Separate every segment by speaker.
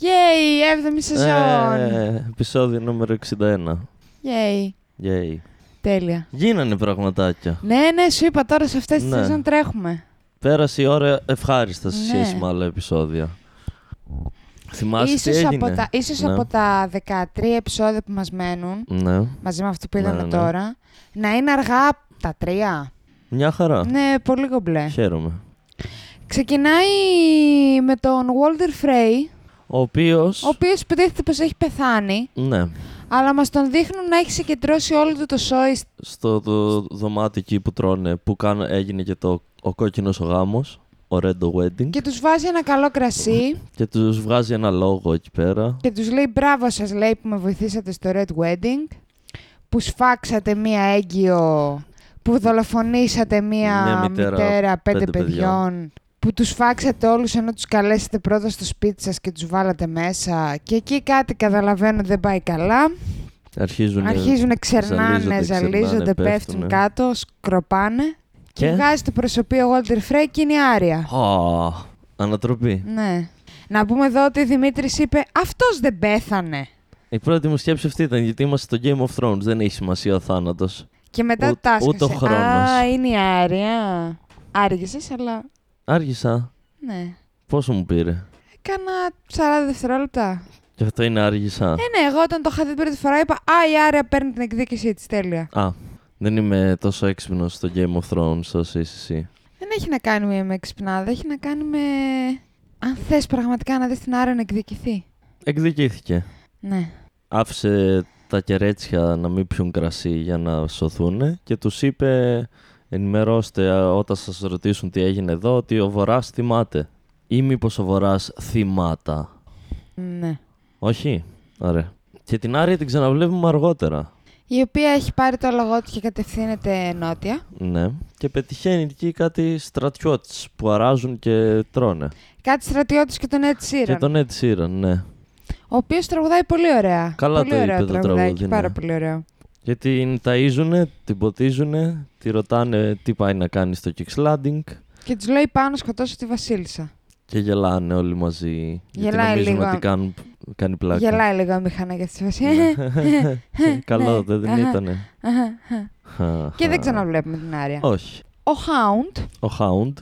Speaker 1: Yay, 7η σεζόν.
Speaker 2: Ε, επεισόδιο νούμερο 61.
Speaker 1: Yay.
Speaker 2: Yay.
Speaker 1: Τέλεια.
Speaker 2: Γίνανε πραγματάκια.
Speaker 1: Ναι, ναι, σου είπα τώρα σε αυτές τις
Speaker 2: Ναι.
Speaker 1: σεζόν τρέχουμε.
Speaker 2: Πέρασε η ώρα ευχάριστα σε
Speaker 1: Ναι.
Speaker 2: σχέση με άλλα επεισόδια. Θυμάσαι τι
Speaker 1: ίσως
Speaker 2: έγινε.
Speaker 1: από, τα, ίσως
Speaker 2: Ναι.
Speaker 1: από τα 13 επεισόδια που μας μένουν,
Speaker 2: Ναι.
Speaker 1: μαζί με αυτό που είδαμε
Speaker 2: ναι.
Speaker 1: τώρα, να είναι αργά τα τρία.
Speaker 2: Μια χαρά.
Speaker 1: Ναι, πολύ κομπλέ.
Speaker 2: Χαίρομαι.
Speaker 1: Ξεκινάει με τον Walter Frey,
Speaker 2: Ο οποίος.
Speaker 1: ο οποίος υποτίθεται πως έχει πεθάνει,
Speaker 2: Ναι.
Speaker 1: αλλά μας τον δείχνουν να έχει συγκεντρώσει όλο του το σόι
Speaker 2: Στο δο- δωμάτιο εκεί που τρώνε, που κάν- έγινε και το, ο κόκκινος ο γάμος, ο Red the Wedding, και,
Speaker 1: και τους βάζει ένα καλό κρασί
Speaker 2: τους βγάζει ένα λόγο εκεί πέρα.
Speaker 1: και τους λέει «Μπράβο σας» λέει που με βοηθήσατε στο Red Wedding, που σφάξατε μία έγκυο, που δολοφονήσατε μία
Speaker 2: Μια μητέρα
Speaker 1: πέντε,
Speaker 2: πέντε
Speaker 1: παιδιών,
Speaker 2: παιδιών.
Speaker 1: που τους φάξατε όλους ενώ τους καλέσατε πρώτα στο σπίτι σας και τους βάλατε μέσα και εκεί κάτι καταλαβαίνω δεν πάει καλά. Αρχίζουν
Speaker 2: Αρχίζουν.
Speaker 1: να
Speaker 2: ζαλίζονται,
Speaker 1: ξερνάνε,
Speaker 2: ξερνάνε,
Speaker 1: ζαλίζονται, πέφτουν
Speaker 2: πέφτουνε.
Speaker 1: κάτω, σκροπάνε. Και,
Speaker 2: Και?
Speaker 1: βγάζει το προσωπείο Walter Frey και είναι η Άρια.
Speaker 2: Α, ανατροπή.
Speaker 1: Ναι. Να πούμε εδώ ότι η Δημήτρης είπε Αυτός δεν πέθανε.
Speaker 2: Η πρώτη μου σκέψη αυτή ήταν γιατί είμαστε στο Game of Thrones, δεν έχει σημασία ο θάνατος.
Speaker 1: Και μετά
Speaker 2: Ου-
Speaker 1: τα άσκασε.
Speaker 2: ούτε ο χρόνος.
Speaker 1: Α, είναι η Άρια. Άργησες, αλλά
Speaker 2: Άργησα.
Speaker 1: ναι.
Speaker 2: Πόσο μου πήρε.
Speaker 1: Κάνα 40 δευτερόλεπτα.
Speaker 2: Και αυτό είναι άργησα.
Speaker 1: Ε, ναι, εγώ όταν το είχα δει πρώτη φορά είπα Α, η Άρια παίρνει την εκδίκησή της. Τέλεια.
Speaker 2: Α, δεν είμαι τόσο έξυπνος στο Game of Thrones όσο είσαι εσύ.
Speaker 1: Δεν έχει να κάνει με- με ξυπνάδα, έχει να κάνει με. Αν θες πραγματικά να δεις την Άρια να εκδικηθεί.
Speaker 2: Εκδικήθηκε.
Speaker 1: Ναι.
Speaker 2: άφησε τα κερέτσια να μην πιούν κρασί για να σωθούν και τους είπε ενημερώστε α, όταν σας ρωτήσουν τι έγινε εδώ ότι ο Βοράς θυμάται ή μήπως ο Βοράς θυμάτα.
Speaker 1: Ναι.
Speaker 2: Όχι. Ωραία. Και την Άρια την ξαναβλέπουμε αργότερα.
Speaker 1: Η οποία έχει πάρει το λογό του και κατευθύνεται νότια.
Speaker 2: Ναι. Και πετυχαίνει εκεί κάτι στρατιώτες που αράζουν και τρώνε.
Speaker 1: Κάτι στρατιώτη και τον Ed Sheeran.
Speaker 2: Και τον Ed Sheeran, ναι.
Speaker 1: Ο οποίος τραγουδάει πολύ ωραία.
Speaker 2: Καλά
Speaker 1: πολύ
Speaker 2: το
Speaker 1: ωραίο
Speaker 2: είπε το
Speaker 1: τραγουδάκι,
Speaker 2: τραγούδι, ναι.
Speaker 1: Πάρα πολύ ωραίο.
Speaker 2: Και την ταΐζουνε, την ποτίζουνε, τη ρωτάνε τι πάει να κάνει στο kickslanding.
Speaker 1: Και του λέει πάνω σκοτώσω τη Βασίλισσα.
Speaker 2: Και γελάνε όλοι μαζί.
Speaker 1: Γελάει
Speaker 2: γιατί νομίζουν
Speaker 1: λίγο.
Speaker 2: ότι κάνουν, κάνει πλάκα.
Speaker 1: Γελάει λίγο η μηχανά για τη
Speaker 2: Ναι.
Speaker 1: Βασίλισσα.
Speaker 2: Καλό,
Speaker 1: ναι.
Speaker 2: δεν
Speaker 1: Αχα.
Speaker 2: ήτανε.
Speaker 1: και δεν ξαναβλέπουμε την Άρια.
Speaker 2: Όχι.
Speaker 1: Ο Hound
Speaker 2: Ο Hound,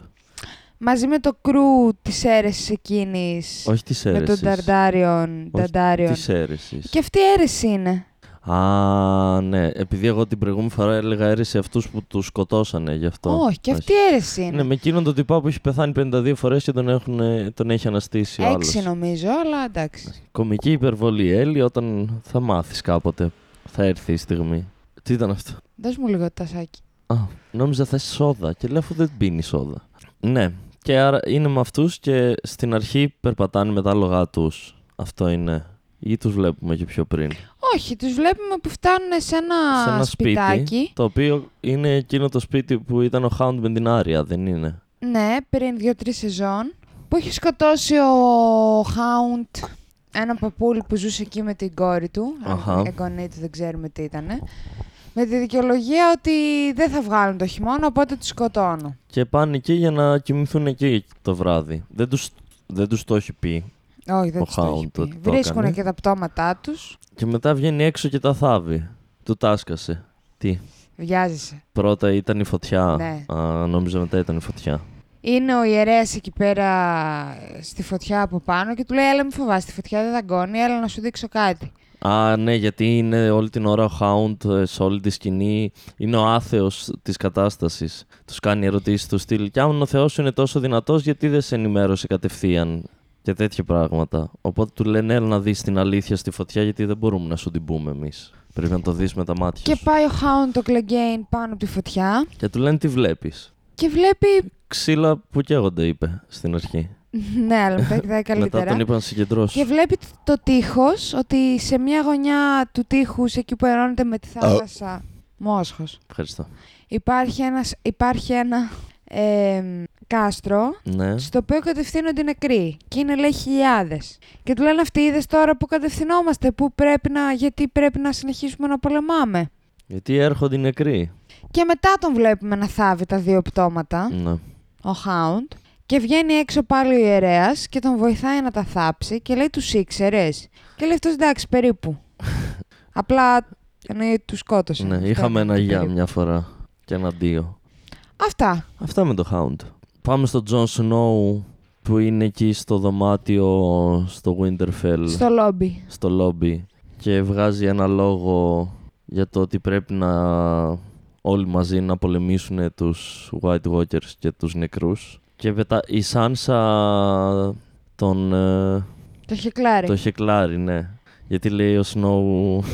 Speaker 1: μαζί με το κρού της αίρεσης εκείνης.
Speaker 2: όχι της
Speaker 1: Με τον
Speaker 2: αίρεσης.
Speaker 1: Ταρντάριον.
Speaker 2: Όχι
Speaker 1: Ταρντάριον.
Speaker 2: Της αίρεσης.
Speaker 1: Και αυτή η αίρεση είναι.
Speaker 2: Α, ναι. Επειδή εγώ την προηγούμενη φορά έλεγα αίρεση αυτούς που τους σκοτώσανε γι' αυτό.
Speaker 1: Όχι, και αυτή η αίρεση
Speaker 2: Ναι,
Speaker 1: είναι.
Speaker 2: με εκείνον τον τυπά που έχει πεθάνει 52 φορές και τον, έχουν, ε, τον έχει αναστήσει ο
Speaker 1: Έξι
Speaker 2: άλλος.
Speaker 1: νομίζω, αλλά εντάξει.
Speaker 2: Κομική υπερβολή, Έλλη, όταν θα μάθεις κάποτε. Θα έρθει η στιγμή. Τι ήταν αυτό.
Speaker 1: Δώσ' μου λίγο το τασάκι.
Speaker 2: Α, νόμιζα θες σόδα και λέω αφού δεν πίνει σόδα. Ναι, και άρα είναι με αυτούς και στην αρχή περπατάνε με τα άλογα τους. Αυτό είναι. Ή τους βλέπουμε και πιο πριν.
Speaker 1: Όχι, τους βλέπουμε που φτάνουν σε ένα,
Speaker 2: Σε ένα σπίτι.
Speaker 1: σπιτάκι.
Speaker 2: Το οποίο είναι εκείνο το σπίτι που ήταν ο Hound με την Άρια, δεν είναι.
Speaker 1: Ναι, πριν δύο-τρει σεζόν. Που είχε σκοτώσει ο Χάουντ ένα παππούλι που ζούσε εκεί με την κόρη του.
Speaker 2: Αχα.
Speaker 1: αν Εγγονή του, δεν ξέρουμε τι ήταν. Με τη δικαιολογία ότι δεν θα βγάλουν το χειμώνα, οπότε τους σκοτώνω.
Speaker 2: Και πάνε εκεί για να κοιμηθούν εκεί το βράδυ. Δεν τους δεν τους το έχει πει.
Speaker 1: Όχι, δεν
Speaker 2: Ο
Speaker 1: τους το έχει
Speaker 2: Hound
Speaker 1: πει.
Speaker 2: ότι το
Speaker 1: Βρίσκουν
Speaker 2: έκανε.
Speaker 1: και τα πτώματά τους.
Speaker 2: Και μετά βγαίνει έξω και τα θάβει. Του τάσκασε. Τι.
Speaker 1: Βιάζεσαι.
Speaker 2: Πρώτα ήταν η φωτιά.
Speaker 1: Ναι.
Speaker 2: Α, νόμιζα μετά ήταν η φωτιά.
Speaker 1: Είναι ο ιερέας εκεί πέρα ε, στη φωτιά από πάνω και του λέει: Έλα, μη φοβάσαι, τη φωτιά δεν δαγκώνει, έλα να σου δείξω κάτι.
Speaker 2: Α, ναι, γιατί είναι όλη την ώρα ο Χάουντ ε, σε όλη τη σκηνή. Είναι ο άθεος της κατάστασης. Τους κάνει ερωτήσεις τους στυλ. Και αν ο Θεός είναι τόσο δυνατός, γιατί δεν σε ενημέρωσε κατευθείαν και τέτοια πράγματα. Οπότε του λένε, έλα να δεις την αλήθεια στη φωτιά, γιατί δεν μπορούμε να σου την πούμε εμείς. Πρέπει να το δεις με τα μάτια
Speaker 1: Και
Speaker 2: σου.
Speaker 1: πάει ο Χάουντ το κλεγκέιν πάνω από τη φωτιά
Speaker 2: Και του λένε, τι βλέπεις.
Speaker 1: και βλέπει
Speaker 2: Ξύλα που καίγονται, είπε στην αρχή.
Speaker 1: Ναι, αλλά μετά κοιτάει
Speaker 2: Μετά τον
Speaker 1: καλύτερα.
Speaker 2: είπαν συγκεντρώσει.
Speaker 1: Και βλέπει τ- το τείχος ότι σε μια γωνιά του τείχους, εκεί που ενώνεται με τη θάλασσα. Μόσχος.
Speaker 2: Ευχαριστώ.
Speaker 1: Υπάρχει, ένας, υπάρχει ένα ε, κάστρο
Speaker 2: Ναι.
Speaker 1: στο οποίο κατευθύνονται οι νεκροί. Και είναι λέει χιλιάδες. Και του λένε αυτοί, είδες τώρα που κατευθυνόμαστε, που πρέπει να, γιατί πρέπει να συνεχίσουμε να πολεμάμε.
Speaker 2: Γιατί έρχονται οι νεκροί.
Speaker 1: Και μετά τον βλέπουμε να θάβει τα δύο πτώματα,
Speaker 2: Ναι.
Speaker 1: ο Χάουντ. Και βγαίνει έξω πάλι ο ιερέας και τον βοηθάει να τα θάψει και λέει τους ήξερες. Και λέει αυτός εντάξει, περίπου. Απλά εννοεί τους σκότωσε.
Speaker 2: Ναι,
Speaker 1: Αυτό
Speaker 2: είχαμε
Speaker 1: είναι
Speaker 2: ένα
Speaker 1: το
Speaker 2: γεια
Speaker 1: περίπου.
Speaker 2: μια φορά και ένα δύο.
Speaker 1: Αυτά.
Speaker 2: Αυτά με το Hound. Πάμε στο Τζον Snow που είναι εκεί στο δωμάτιο στο Winterfell,
Speaker 1: Στο λόμπι.
Speaker 2: στο λόμπι και βγάζει ένα λόγο για το ότι πρέπει να όλοι μαζί να πολεμήσουν τους White Walkers και τους νεκρούς. Και πετά... η Σάνσα τον, ε,
Speaker 1: Το χεκλάρι.
Speaker 2: το χεκλάρι, ναι. Γιατί λέει ο Snow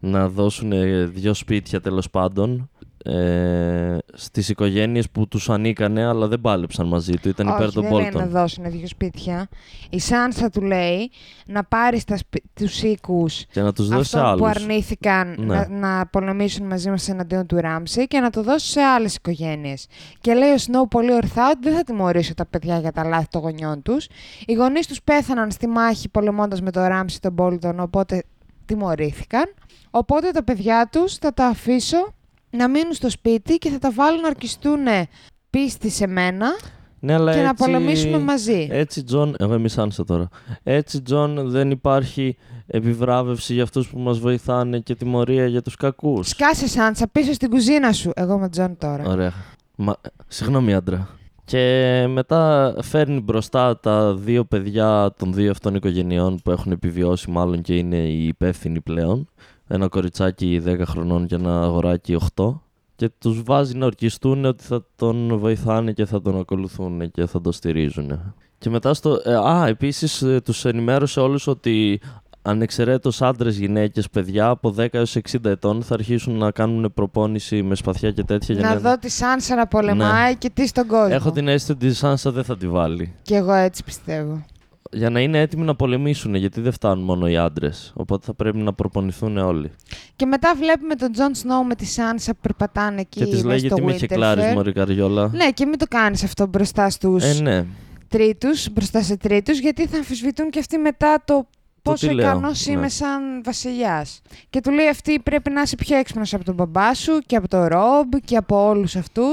Speaker 2: να δώσουν δύο σπίτια τέλος πάντων ε, στις οικογένειες που τους ανήκανε αλλά δεν πάλεψαν μαζί του, ήταν
Speaker 1: Όχι,
Speaker 2: υπέρ των
Speaker 1: δεν λέει να
Speaker 2: Bolton.
Speaker 1: δώσουν δύο σπίτια. Η Σάνσα του λέει να πάρει στα σπι... τους οίκους
Speaker 2: Και να τους δώσει σε
Speaker 1: αυτό που
Speaker 2: άλλους.
Speaker 1: αρνήθηκαν
Speaker 2: Ναι.
Speaker 1: να, να πολεμήσουν μαζί μας εναντίον του Ράμψη και να το δώσει σε άλλες οικογένειες. Και λέει ο Σνόου πολύ ορθά ότι δεν θα τιμωρήσω τα παιδιά για τα λάθη των γονιών τους. Οι γονείς τους πέθαναν στη μάχη πολεμώντας με τον Ράμψη τον Μπόλτον, οπότε τιμωρήθηκαν. Οπότε τα παιδιά τους θα τα αφήσω να μείνουν στο σπίτι και θα τα βάλω να αρκιστούν πίστη σε μένα
Speaker 2: Ναι, αλλά
Speaker 1: και να
Speaker 2: έτσι-
Speaker 1: πολεμήσουμε μαζί.
Speaker 2: Έτσι, Τζον, εγώ είμαι η Σάνσα τώρα. Έτσι, Τζον, δεν υπάρχει επιβράβευση για αυτούς που μας βοηθάνε και τιμωρία για τους κακούς.
Speaker 1: Σκάσε Σάντσα πίσω στην κουζίνα σου. Εγώ με Τζον τώρα.
Speaker 2: Ωραία. Μα, συγγνώμη, άντρα. Και μετά φέρνει μπροστά τα δύο παιδιά των δύο αυτών οικογενειών που έχουν επιβιώσει μάλλον και είναι οι υπεύθυνοι πλέον. Ένα κοριτσάκι 10 χρονών και ένα αγοράκι 8. Και τους βάζει να ορκιστούν ότι θα τον βοηθάνε και θα τον ακολουθούν και θα τον στηρίζουν. Και μετά στο... ε, α, επίσης ε, τους ενημέρωσε όλους ότι ανεξαιρέτως άντρες, γυναίκες, παιδιά από 10 έως 60 ετών θα αρχίσουν να κάνουν προπόνηση με σπαθιά και τέτοια. για
Speaker 1: Να δω τη Σάνσα να πολεμάει και τι στον κόσμο.
Speaker 2: Ναι. Έχω την αίσθηση ότι η Σάνσα δεν θα τη βάλει.
Speaker 1: Και εγώ έτσι πιστεύω.
Speaker 2: Για να είναι έτοιμοι να πολεμήσουν, γιατί δεν φτάνουν μόνο οι άντρες. Οπότε θα πρέπει να προπονηθούν όλοι.
Speaker 1: Και μετά βλέπουμε τον Τζον Σνόου με τη Σάνσα που περπατάνε εκεί.
Speaker 2: και της
Speaker 1: μέσα
Speaker 2: λέει:
Speaker 1: στο
Speaker 2: Γιατί με
Speaker 1: Winterfell».
Speaker 2: χεκλάρει, Μωρή Καριόλα.
Speaker 1: Ναι, και μην το κάνεις αυτό μπροστά στους
Speaker 2: Ε, ναι.
Speaker 1: τρίτους, μπροστά σε τρίτους, γιατί θα αμφισβητούν και αυτοί μετά το πόσο
Speaker 2: τι λέω,
Speaker 1: ικανός
Speaker 2: ναι.
Speaker 1: είμαι σαν βασιλιάς. Και του λέει αυτή πρέπει να είσαι πιο έξυπνος από τον μπαμπά σου και από τον Ρομπ και από όλους αυτούς.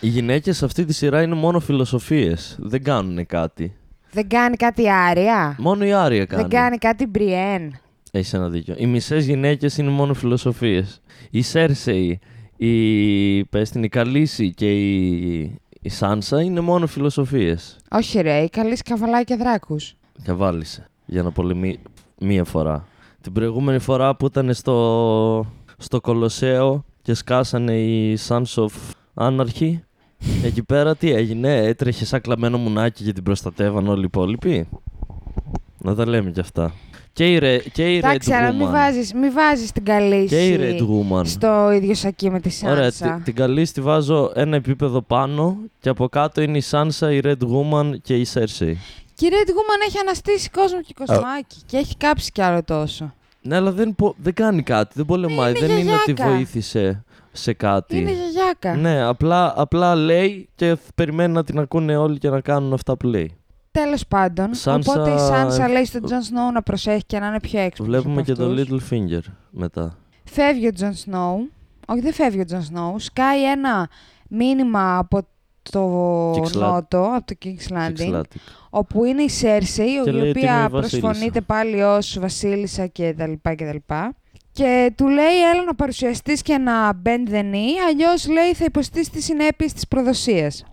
Speaker 2: Οι γυναίκες σε αυτή τη σειρά είναι μόνο φιλοσοφίες. Δεν κάνουν κάτι.
Speaker 1: Δεν κάνει κάτι άρια.
Speaker 2: Μόνο η Άρια κάνει.
Speaker 1: Δεν κάνει κάτι Μπριέν.
Speaker 2: Έχεις ένα δίκιο. Οι μισές γυναίκες είναι μόνο φιλοσοφίες. Η Σέρσεϊ, η Πέστην, η Καλύση και η, η Σάνσα είναι μόνο φιλοσοφίες.
Speaker 1: Όχι ρε, η καλή σκαβαλάει και δράκους.
Speaker 2: Καβάλισε για να πολεμεί μία φορά. Την προηγούμενη φορά που ήταν στο, στο Κολοσσέο και σκάσανε οι Sons of Anarchy, εκεί πέρα τι έγινε, έτρεχε σαν κλαμμένο μουνάκι και την προστατεύαν όλοι οι υπόλοιποι. Να τα λέμε κι αυτά. Και η, Ρε, και η
Speaker 1: Εντάξει,
Speaker 2: Red
Speaker 1: αλλά
Speaker 2: Woman.
Speaker 1: μην βάζεις, μη βάζεις την καλή
Speaker 2: και η
Speaker 1: σου
Speaker 2: Red Woman.
Speaker 1: στο ίδιο σακί με τη Σάνσα.
Speaker 2: Ωραία, τη- την καλή στη βάζω ένα επίπεδο πάνω και από κάτω είναι η Σάνσα, η Red Woman και η Cersei.
Speaker 1: Και η Red Woman έχει αναστήσει κόσμο και κοσμάκι και έχει κάψει κι άλλο τόσο.
Speaker 2: Ναι, αλλά δεν, πο- δεν κάνει κάτι, δεν πολεμάει.
Speaker 1: Είναι
Speaker 2: δεν είναι ότι
Speaker 1: γιαγιάκα.
Speaker 2: βοήθησε σε κάτι.
Speaker 1: Είναι γιαγιάκα.
Speaker 2: ναι, απλά, απλά λέει και θ- περιμένει να την ακούνε όλοι και να κάνουν αυτά που λέει.
Speaker 1: Τέλος πάντων,
Speaker 2: Σάνσα-
Speaker 1: οπότε η Σάνσα λέει στον Τζον Σνόου να προσέχει και να είναι πιο έξυπνος
Speaker 2: Βλέπουμε
Speaker 1: από
Speaker 2: και το
Speaker 1: αυτούς.
Speaker 2: Littlefinger μετά.
Speaker 1: Φεύγει ο Τζον Σνόου. Όχι, δεν φεύγει ο Τζον Σνόου. Σκάει ένα μήνυμα από το
Speaker 2: King's Lan-
Speaker 1: Νότο, από το King's Landing,
Speaker 2: Kickstarter.
Speaker 1: όπου είναι η Σέρσεϊ,
Speaker 2: Και λέει
Speaker 1: η
Speaker 2: ότι είμαι
Speaker 1: οποία
Speaker 2: η βασίλισσα.
Speaker 1: προσφωνείται πάλι ως βασίλισσα και τα λοιπά και τα λοιπά. Και του λέει έλα να παρουσιαστείς και να bend the knee, αλλιώς λέει θα υποστείς τις συνέπειες της προδοσίας.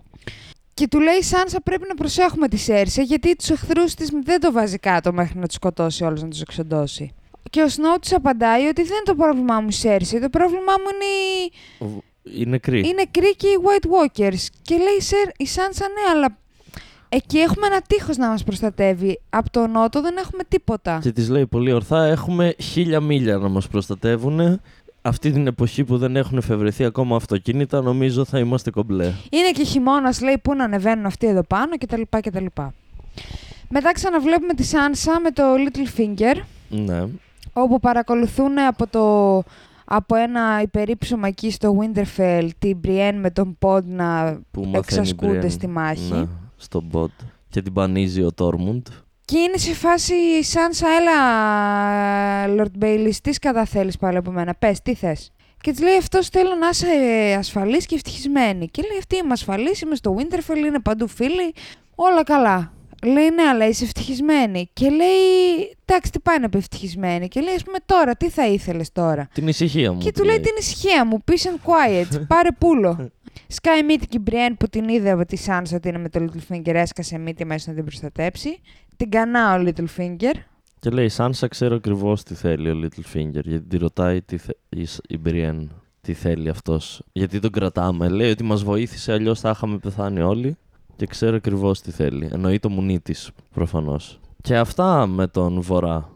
Speaker 1: Και του λέει η Σάνσα πρέπει να προσέχουμε τη Σέρσε γιατί τους εχθρούς της δεν το βάζει κάτω μέχρι να τους σκοτώσει όλους, να τους εξοντώσει. Και ο Σνόου τους απαντάει ότι δεν είναι το πρόβλημά μου η Σέρση, το πρόβλημά μου είναι η,
Speaker 2: Ο- Είναι κρύ.
Speaker 1: είναι κρύοι και οι White Walkers. Και λέει «Σερ, η Σάνσα ναι, αλλά εκεί έχουμε ένα τείχος να μας προστατεύει. Από τον Νότο δεν έχουμε τίποτα.
Speaker 2: Και της λέει πολύ ορθά: Έχουμε χίλια μίλια να μας προστατεύουν. Αυτή την εποχή που δεν έχουν εφευρεθεί ακόμα αυτοκίνητα, νομίζω θα είμαστε κομπλέ.
Speaker 1: Είναι και χειμώνας, λέει, πού να ανεβαίνουν αυτοί εδώ πάνω κτλ. κτλ. Μετά ξαναβλέπουμε τη Σάνσα με το Little Finger,
Speaker 2: Ναι.
Speaker 1: όπου παρακολουθούν από, το, από ένα υπερήψωμα εκεί στο Winterfell την Brienne με τον Pod να
Speaker 2: Που μαθαίνει η
Speaker 1: εξασκούνται
Speaker 2: Brienne.
Speaker 1: στη μάχη.
Speaker 2: Ναι, στον bot. Και την πανίζει ο Τόρμουντ.
Speaker 1: Και είναι σε φάση η Σάνσα, έλα, Lord Bailey, τι σκατά θέλεις πάλι από μένα, πες, τι θες. Και της λέει αυτός θέλω να είσαι ασφαλής και ευτυχισμένη. Και λέει αυτή είμαι ασφαλής, είμαι στο Winterfell, είναι παντού φίλοι, όλα καλά. Λέει ναι, αλλά είσαι ευτυχισμένη. Και λέει, εντάξει, τι πάει να πει ευτυχισμένη. Και λέει, ας πούμε τώρα, τι θα ήθελες τώρα.
Speaker 2: Την ησυχία μου.
Speaker 1: Και
Speaker 2: τη
Speaker 1: του λέει την ησυχία μου, peace and quiet, πάρε πουλο. Σκάει μύτη και η Μπριέν που την είδε από τη Σάνσα ότι είναι με το Littlefinger, έσκασε μύτη μέσα να την προστατέψει. Την κανά ο Littlefinger.
Speaker 2: Και λέει, η Σάνσα ξέρω ακριβώς τι θέλει ο Littlefinger, γιατί τη ρωτάει τι θε... η Σ- η Brienne τι θέλει αυτός. Γιατί τον κρατάμε. Λέει ότι μας βοήθησε, αλλιώς θα είχαμε πεθάνει όλοι. Και ξέρω ακριβώς τι θέλει. Εννοεί το μουνί της, προφανώς. Και αυτά με τον Βορρά.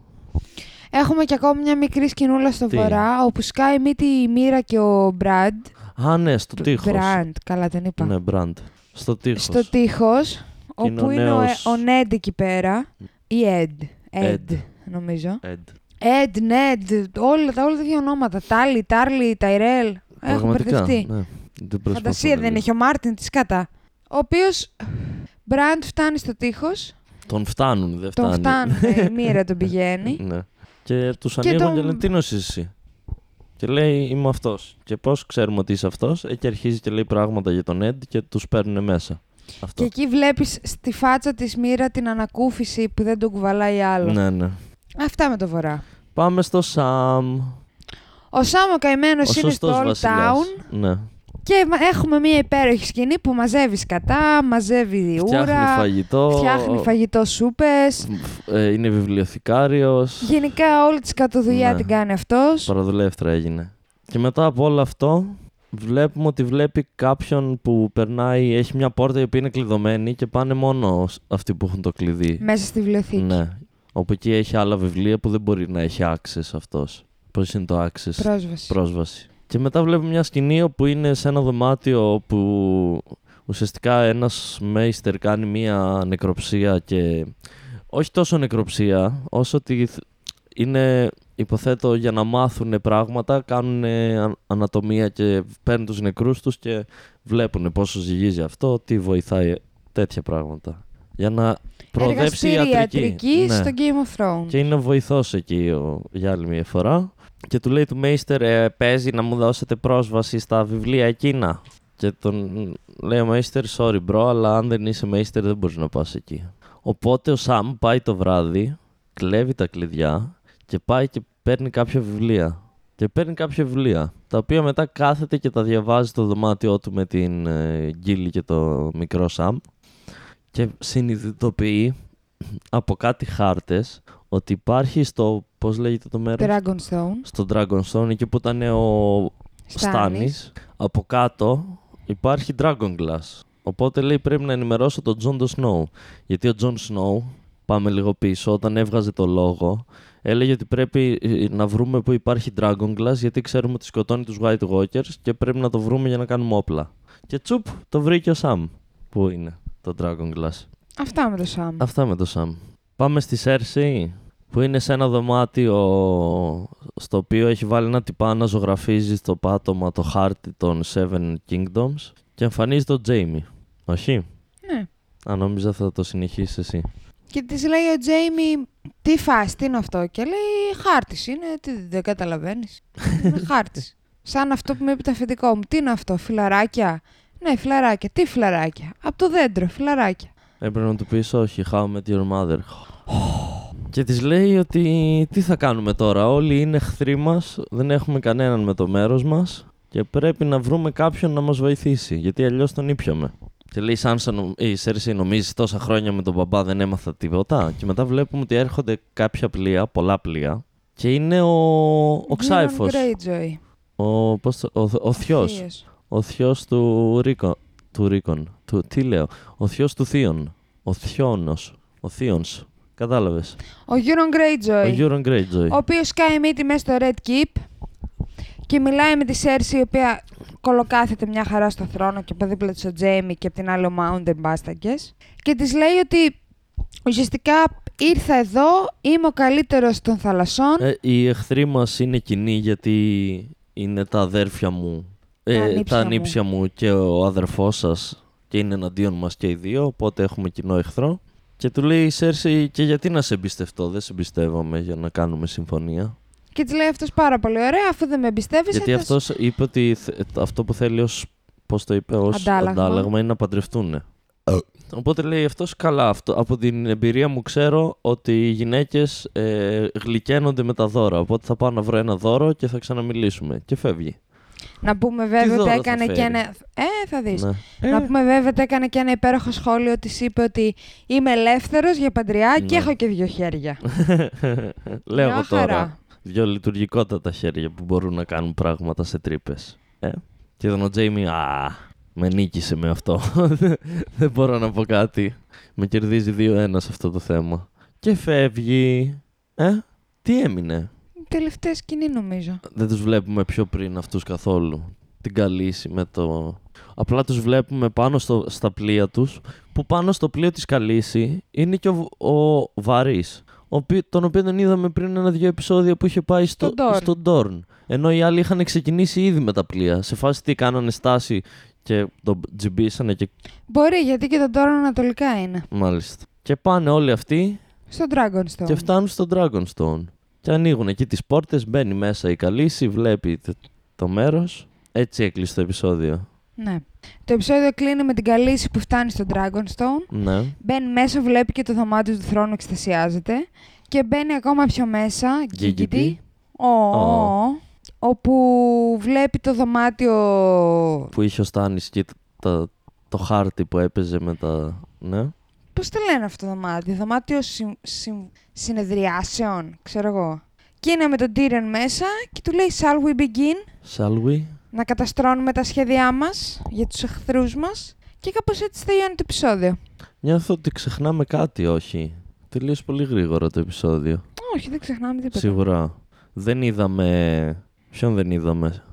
Speaker 1: Έχουμε και ακόμα μια μικρή σκηνούλα στο
Speaker 2: Τι?
Speaker 1: βορρά, όπου σκάει μύτη η Μύρα και ο Μπραντ.
Speaker 2: Α, ναι, στο τείχος.
Speaker 1: Μπραντ, καλά τον είπα.
Speaker 2: Ναι, Μπραντ. Στο τείχος.
Speaker 1: Στο τείχος,
Speaker 2: είναι
Speaker 1: όπου
Speaker 2: ο
Speaker 1: είναι ο, Ε-
Speaker 2: νέος-
Speaker 1: ο Νέντ εκεί πέρα. Ή Ed. Ed,
Speaker 2: Ed.
Speaker 1: νομίζω.
Speaker 2: Ed.
Speaker 1: Ed, Ned, όλα τα, όλα τα δύο ονόματα. Τάλι, Τάρλι, Ταϊρέλ. Έχω
Speaker 2: Πραγματικά.
Speaker 1: μπερδευτεί.
Speaker 2: Ναι. Δεν προσπαθώ
Speaker 1: Φαντασία
Speaker 2: να
Speaker 1: δεν
Speaker 2: λύσω.
Speaker 1: έχει ο Μάρτιν της κατά. Ο οποίος. Μπραντ φτάνει στο τείχος,
Speaker 2: Τον φτάνουν, δεν
Speaker 1: τον ναι.
Speaker 2: φτάνει.
Speaker 1: φτάνει, η μοίρα τον πηγαίνει.
Speaker 2: Ναι. Και τους ανοίγουν και,
Speaker 1: τον-
Speaker 2: λένε τι νοσείς εσύ. Και λέει Είμαι αυτός. Και πώς ξέρουμε ότι είσαι αυτός. Ε, και αρχίζει και λέει πράγματα για τον Ed και τους παίρνουν μέσα.
Speaker 1: Και
Speaker 2: Αυτό.
Speaker 1: εκεί βλέπεις στη φάτσα της μοίρα την ανακούφιση που δεν τον κουβαλάει άλλο.
Speaker 2: Ναι, ναι.
Speaker 1: Αυτά με το βορρά.
Speaker 2: Πάμε στο Σαμ.
Speaker 1: Ο Σάμο καημένος
Speaker 2: Ο
Speaker 1: είναι
Speaker 2: σωστό
Speaker 1: στο Old
Speaker 2: βασιλιάς.
Speaker 1: Town
Speaker 2: Ναι.
Speaker 1: και μα- έχουμε μια υπέροχη σκηνή που μαζεύει σκατά, μαζεύει
Speaker 2: Φτιάχνει
Speaker 1: ούρα,
Speaker 2: φαγητό.
Speaker 1: φτιάχνει φαγητό σούπες.
Speaker 2: ε, είναι βιβλιοθηκάριος.
Speaker 1: Γενικά όλη τη σκατοδουλειά
Speaker 2: Ναι.
Speaker 1: την κάνει αυτός.
Speaker 2: Παραδουλεύτρα έγινε. Και μετά από όλο αυτό, βλέπουμε ότι βλέπει κάποιον που περνάει, έχει μια πόρτα η οποία είναι κλειδωμένη και πάνε μόνο σ- αυτοί που έχουν το κλειδί.
Speaker 1: Μέσα στη βιβλιοθήκη.
Speaker 2: Ναι. Όπου εκεί έχει άλλα βιβλία που δεν μπορεί να έχει access αυτός. Πώς είναι το access,
Speaker 1: Πρόσβαση.
Speaker 2: πρόσβαση. Και μετά βλέπουμε μια σκηνή όπου είναι σε ένα δωμάτιο όπου ουσιαστικά ένας μέιστερ κάνει μια νεκροψία και όχι τόσο νεκροψία όσο ότι θ- είναι υποθέτω για να μάθουν πράγματα κάνουν ανατομία και παίρνουν τους νεκρούς τους και βλέπουν πόσο ζυγίζει αυτό, τι βοηθάει τέτοια πράγματα. Για να προοδεύσει η
Speaker 1: Εργαστήρια
Speaker 2: ιατρική.
Speaker 1: ιατρικής
Speaker 2: Ναι.
Speaker 1: στο Game of Thrones.
Speaker 2: Και είναι βοηθός εκεί ο, για άλλη μια φορά. Και του λέει του Μέιστερ, «Ε, παίζει να μου δώσετε πρόσβαση στα βιβλία εκείνα. Και τον λέει ο Μέιστερ, sorry bro, αλλά αν δεν είσαι Μέιστερ δεν μπορείς να πας εκεί. Οπότε ο Σαμ πάει το βράδυ, κλέβει τα κλειδιά και πάει και παίρνει κάποια βιβλία. Και παίρνει κάποια βιβλία, τα οποία μετά κάθεται και τα διαβάζει στο δωμάτιό του με την ε, Γκίλη και το μικρό Σαμ. Και συνειδητοποιεί από κάτι χάρτες ότι υπάρχει στο, πώς λέγεται το μέρος,
Speaker 1: Dragonstone.
Speaker 2: στο Dragonstone, εκεί που ήταν ο
Speaker 1: Στάνης.
Speaker 2: Στάνης, από κάτω υπάρχει Dragon Glass. Οπότε λέει πρέπει να ενημερώσω τον Τζον το Snow. Γιατί ο Τζον Snow, πάμε λίγο πίσω, όταν έβγαζε το λόγο, έλεγε ότι πρέπει ε, να βρούμε που υπάρχει Dragon Glass γιατί ξέρουμε ότι σκοτώνει τους White Walkers και πρέπει να το βρούμε για να κάνουμε όπλα. Και τσουπ, το βρήκε ο Sam. Πού είναι το Dragon Glass.
Speaker 1: Αυτά με το Σάμ.
Speaker 2: Αυτά με το Σαμ. Πάμε στη Σέρση που είναι σε ένα δωμάτιο στο οποίο έχει βάλει ένα τυπά να ζωγραφίζει στο πάτωμα το χάρτη των Seven Kingdoms και εμφανίζει τον Τζέιμι. Όχι.
Speaker 1: Ναι.
Speaker 2: Αν νόμιζα θα το συνεχίσεις εσύ.
Speaker 1: Και της λέει ο Τζέιμι, τι φας, τι είναι αυτό. Και λέει, χάρτης είναι, τι δεν καταλαβαίνεις. είναι χάρτης. Σαν αυτό που με είπε το αφεντικό μου, τι είναι αυτό, φιλαράκια. Ναι, φιλαράκια, τι φιλαράκια. Από το δέντρο, φιλαράκια.
Speaker 2: Έπρεπε να του πεις όχι, how met your mother. Και της λέει ότι τι θα κάνουμε τώρα, όλοι είναι εχθροί μας, δεν έχουμε κανέναν με το μέρος μας και πρέπει να βρούμε κάποιον να μας βοηθήσει, γιατί αλλιώς τον ήπιαμε. Και λέει η Σάνσα, νο- η Σέρση νομίζεις τόσα χρόνια με τον μπαμπά δεν έμαθα τίποτα. Και μετά βλέπουμε ότι έρχονται κάποια πλοία, πολλά πλοία, και είναι ο, ο Ξάιφο.
Speaker 1: Greyjoy.
Speaker 2: Ο, πώς το- ο, ο θειός.
Speaker 1: θείος.
Speaker 2: Ο θείος του Ρίκον. Του Ρίκον. Του, τι λέω. Ο θείος του Θείον. Ο Θιόνος. Ο Θείον. Κατάλαβες.
Speaker 1: Ο Euron Greyjoy.
Speaker 2: Ο Γιούρον Greyjoy.
Speaker 1: ο οποίος σκάει μύτη μέσα στο Red Keep και μιλάει με τη Σέρση, η οποία κολοκάθεται μια χαρά στο θρόνο και από δίπλα της ο Τζέιμι και από την άλλη ο Mountain Bastards. Και της λέει ότι ουσιαστικά ήρθα εδώ, είμαι ο καλύτερος των θαλασσών.
Speaker 2: Ε, οι εχθροί μας είναι κοινοί γιατί είναι τα αδέρφια μου. ε,
Speaker 1: Τα ανήψια μου.
Speaker 2: ανήψια μου. και ο αδερφός σας. Και είναι εναντίον μας και οι δύο. Οπότε έχουμε κοινό εχθρό. Και του λέει η Σέρση, και γιατί να σε εμπιστευτώ, δεν σε εμπιστεύομαι για να κάνουμε συμφωνία.
Speaker 1: Και της λέει αυτός πάρα πολύ ωραία, αφού δεν με εμπιστεύεσαι.
Speaker 2: Γιατί
Speaker 1: θα
Speaker 2: αυτός είπε ότι θε- αυτό που θέλει ως. Πώς το είπε, ως
Speaker 1: Αντάλλαγμα.
Speaker 2: αντάλλαγμα. είναι να παντρευτούν. Οπότε λέει αυτός καλά. Αυτό, από την εμπειρία μου ξέρω ότι οι γυναίκες ε, γλυκαίνονται με τα δώρα. Οπότε θα πάω να βρω ένα δώρο και θα ξαναμιλήσουμε. Και φεύγει.
Speaker 1: Να πούμε βέβαια ότι
Speaker 2: δώρο θα
Speaker 1: έκανε και
Speaker 2: φέρει.
Speaker 1: ένα. Ε, θα δεις.
Speaker 2: Ναι.
Speaker 1: Να πούμε βέβαια ότι έκανε και ένα υπέροχο σχόλιο. Της είπε ότι είμαι ελεύθερος για παντριά και
Speaker 2: Ναι.
Speaker 1: έχω και δύο χέρια.
Speaker 2: Λέω
Speaker 1: Μια
Speaker 2: εγώ τώρα.
Speaker 1: χαρά.
Speaker 2: Δύο λειτουργικότητα τα χέρια που μπορούν να κάνουν πράγματα σε τρύπες. Ε. Και τον ο Τζέιμι, α, με νίκησε με αυτό. Δεν μπορώ να πω κάτι. Με κερδίζει 2-1 σε αυτό το θέμα. Και φεύγει. Ε, τι έμεινε.
Speaker 1: Τελευταία σκηνή νομίζω.
Speaker 2: Δεν τους βλέπουμε πιο πριν αυτούς καθόλου. Την καλύση με το... Απλά τους βλέπουμε πάνω στο, στα πλοία τους, που πάνω στο πλοίο της Καλύση είναι και ο, ο Βαρύς, ο οποί- τον οποίο τον είδαμε πριν ένα-δυο επεισόδια που είχε πάει στο,
Speaker 1: Στον Dorn.
Speaker 2: στον Ντόρν. Ενώ οι άλλοι είχαν ξεκινήσει ήδη με τα πλοία. Σε φάση τι κάνανε στάση και τον τζιμπήσανε και
Speaker 1: Μπορεί γιατί και τον τώρα ανατολικά είναι.
Speaker 2: μάλιστα. Και πάνε όλοι αυτοί
Speaker 1: Στον Dragonstone.
Speaker 2: και φτάνουν στο Dragonstone. Και ανοίγουν εκεί τις πόρτες, μπαίνει μέσα η Καλύση, βλέπει το, το μέρος. Έτσι έκλεισε το επεισόδιο.
Speaker 1: Ναι. Το επεισόδιο κλείνει με την καλύση που φτάνει στον Dragonstone.
Speaker 2: Ναι.
Speaker 1: Μπαίνει μέσα, βλέπει και το δωμάτιο του θρόνου εκστασιάζεται. Και μπαίνει ακόμα πιο μέσα. Γκίγκιτι.
Speaker 2: Γκίγκιτι.
Speaker 1: Ω, ω, ω. Όπου βλέπει το δωμάτιο.
Speaker 2: Που είχε ο Στάνης και τα, το χάρτη που έπαιζε με τα... Ναι.
Speaker 1: Πώς το λένε αυτό το δωμάτιο, δωμάτιο συν- συν- συνεδριάσεων, ξέρω εγώ. Και είναι με τον Tyrion μέσα και του λέει Shall we begin?
Speaker 2: Shall we?
Speaker 1: Να καταστρώνουμε τα σχέδιά μας για τους εχθρούς μας. Και κάπως έτσι τελειώνει το επεισόδιο.
Speaker 2: Νιώθω ότι ξεχνάμε κάτι, όχι. Τελείωσε πολύ γρήγορα το επεισόδιο.
Speaker 1: Όχι, δεν ξεχνάμε τίποτα.
Speaker 2: Σίγουρα. Δεν είδαμε... Ποιον δεν είδαμε.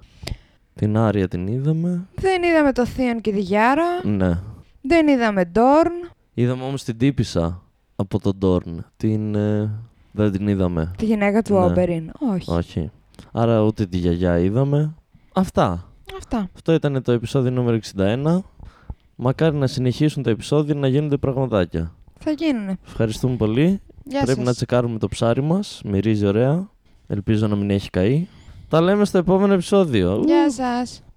Speaker 2: Την Άρια την είδαμε.
Speaker 1: Δεν είδαμε το Θείον και τη Γιάρα.
Speaker 2: Ναι.
Speaker 1: Δεν είδαμε Ντόρν.
Speaker 2: Είδαμε όμως την τύπησα από τον Ντόρν. Την... ε, Δεν την είδαμε.
Speaker 1: Τη γυναίκα του
Speaker 2: Ναι.
Speaker 1: Όμπεριν. Όχι.
Speaker 2: Όχι. Άρα ούτε τη γιαγιά είδαμε. Αυτά.
Speaker 1: Αυτά.
Speaker 2: Αυτό ήταν το επεισόδιο νούμερο 61. Μακάρι να συνεχίσουν τα επεισόδια να γίνονται πραγματάκια.
Speaker 1: Θα γίνουνε.
Speaker 2: Ευχαριστούμε πολύ.
Speaker 1: Γεια
Speaker 2: Πρέπει
Speaker 1: σας.
Speaker 2: να τσεκάρουμε το ψάρι μας. Μυρίζει ωραία. Ελπίζω να μην έχει καεί. Τα λέμε στο επόμενο επεισόδιο. Ου!
Speaker 1: Γεια σας.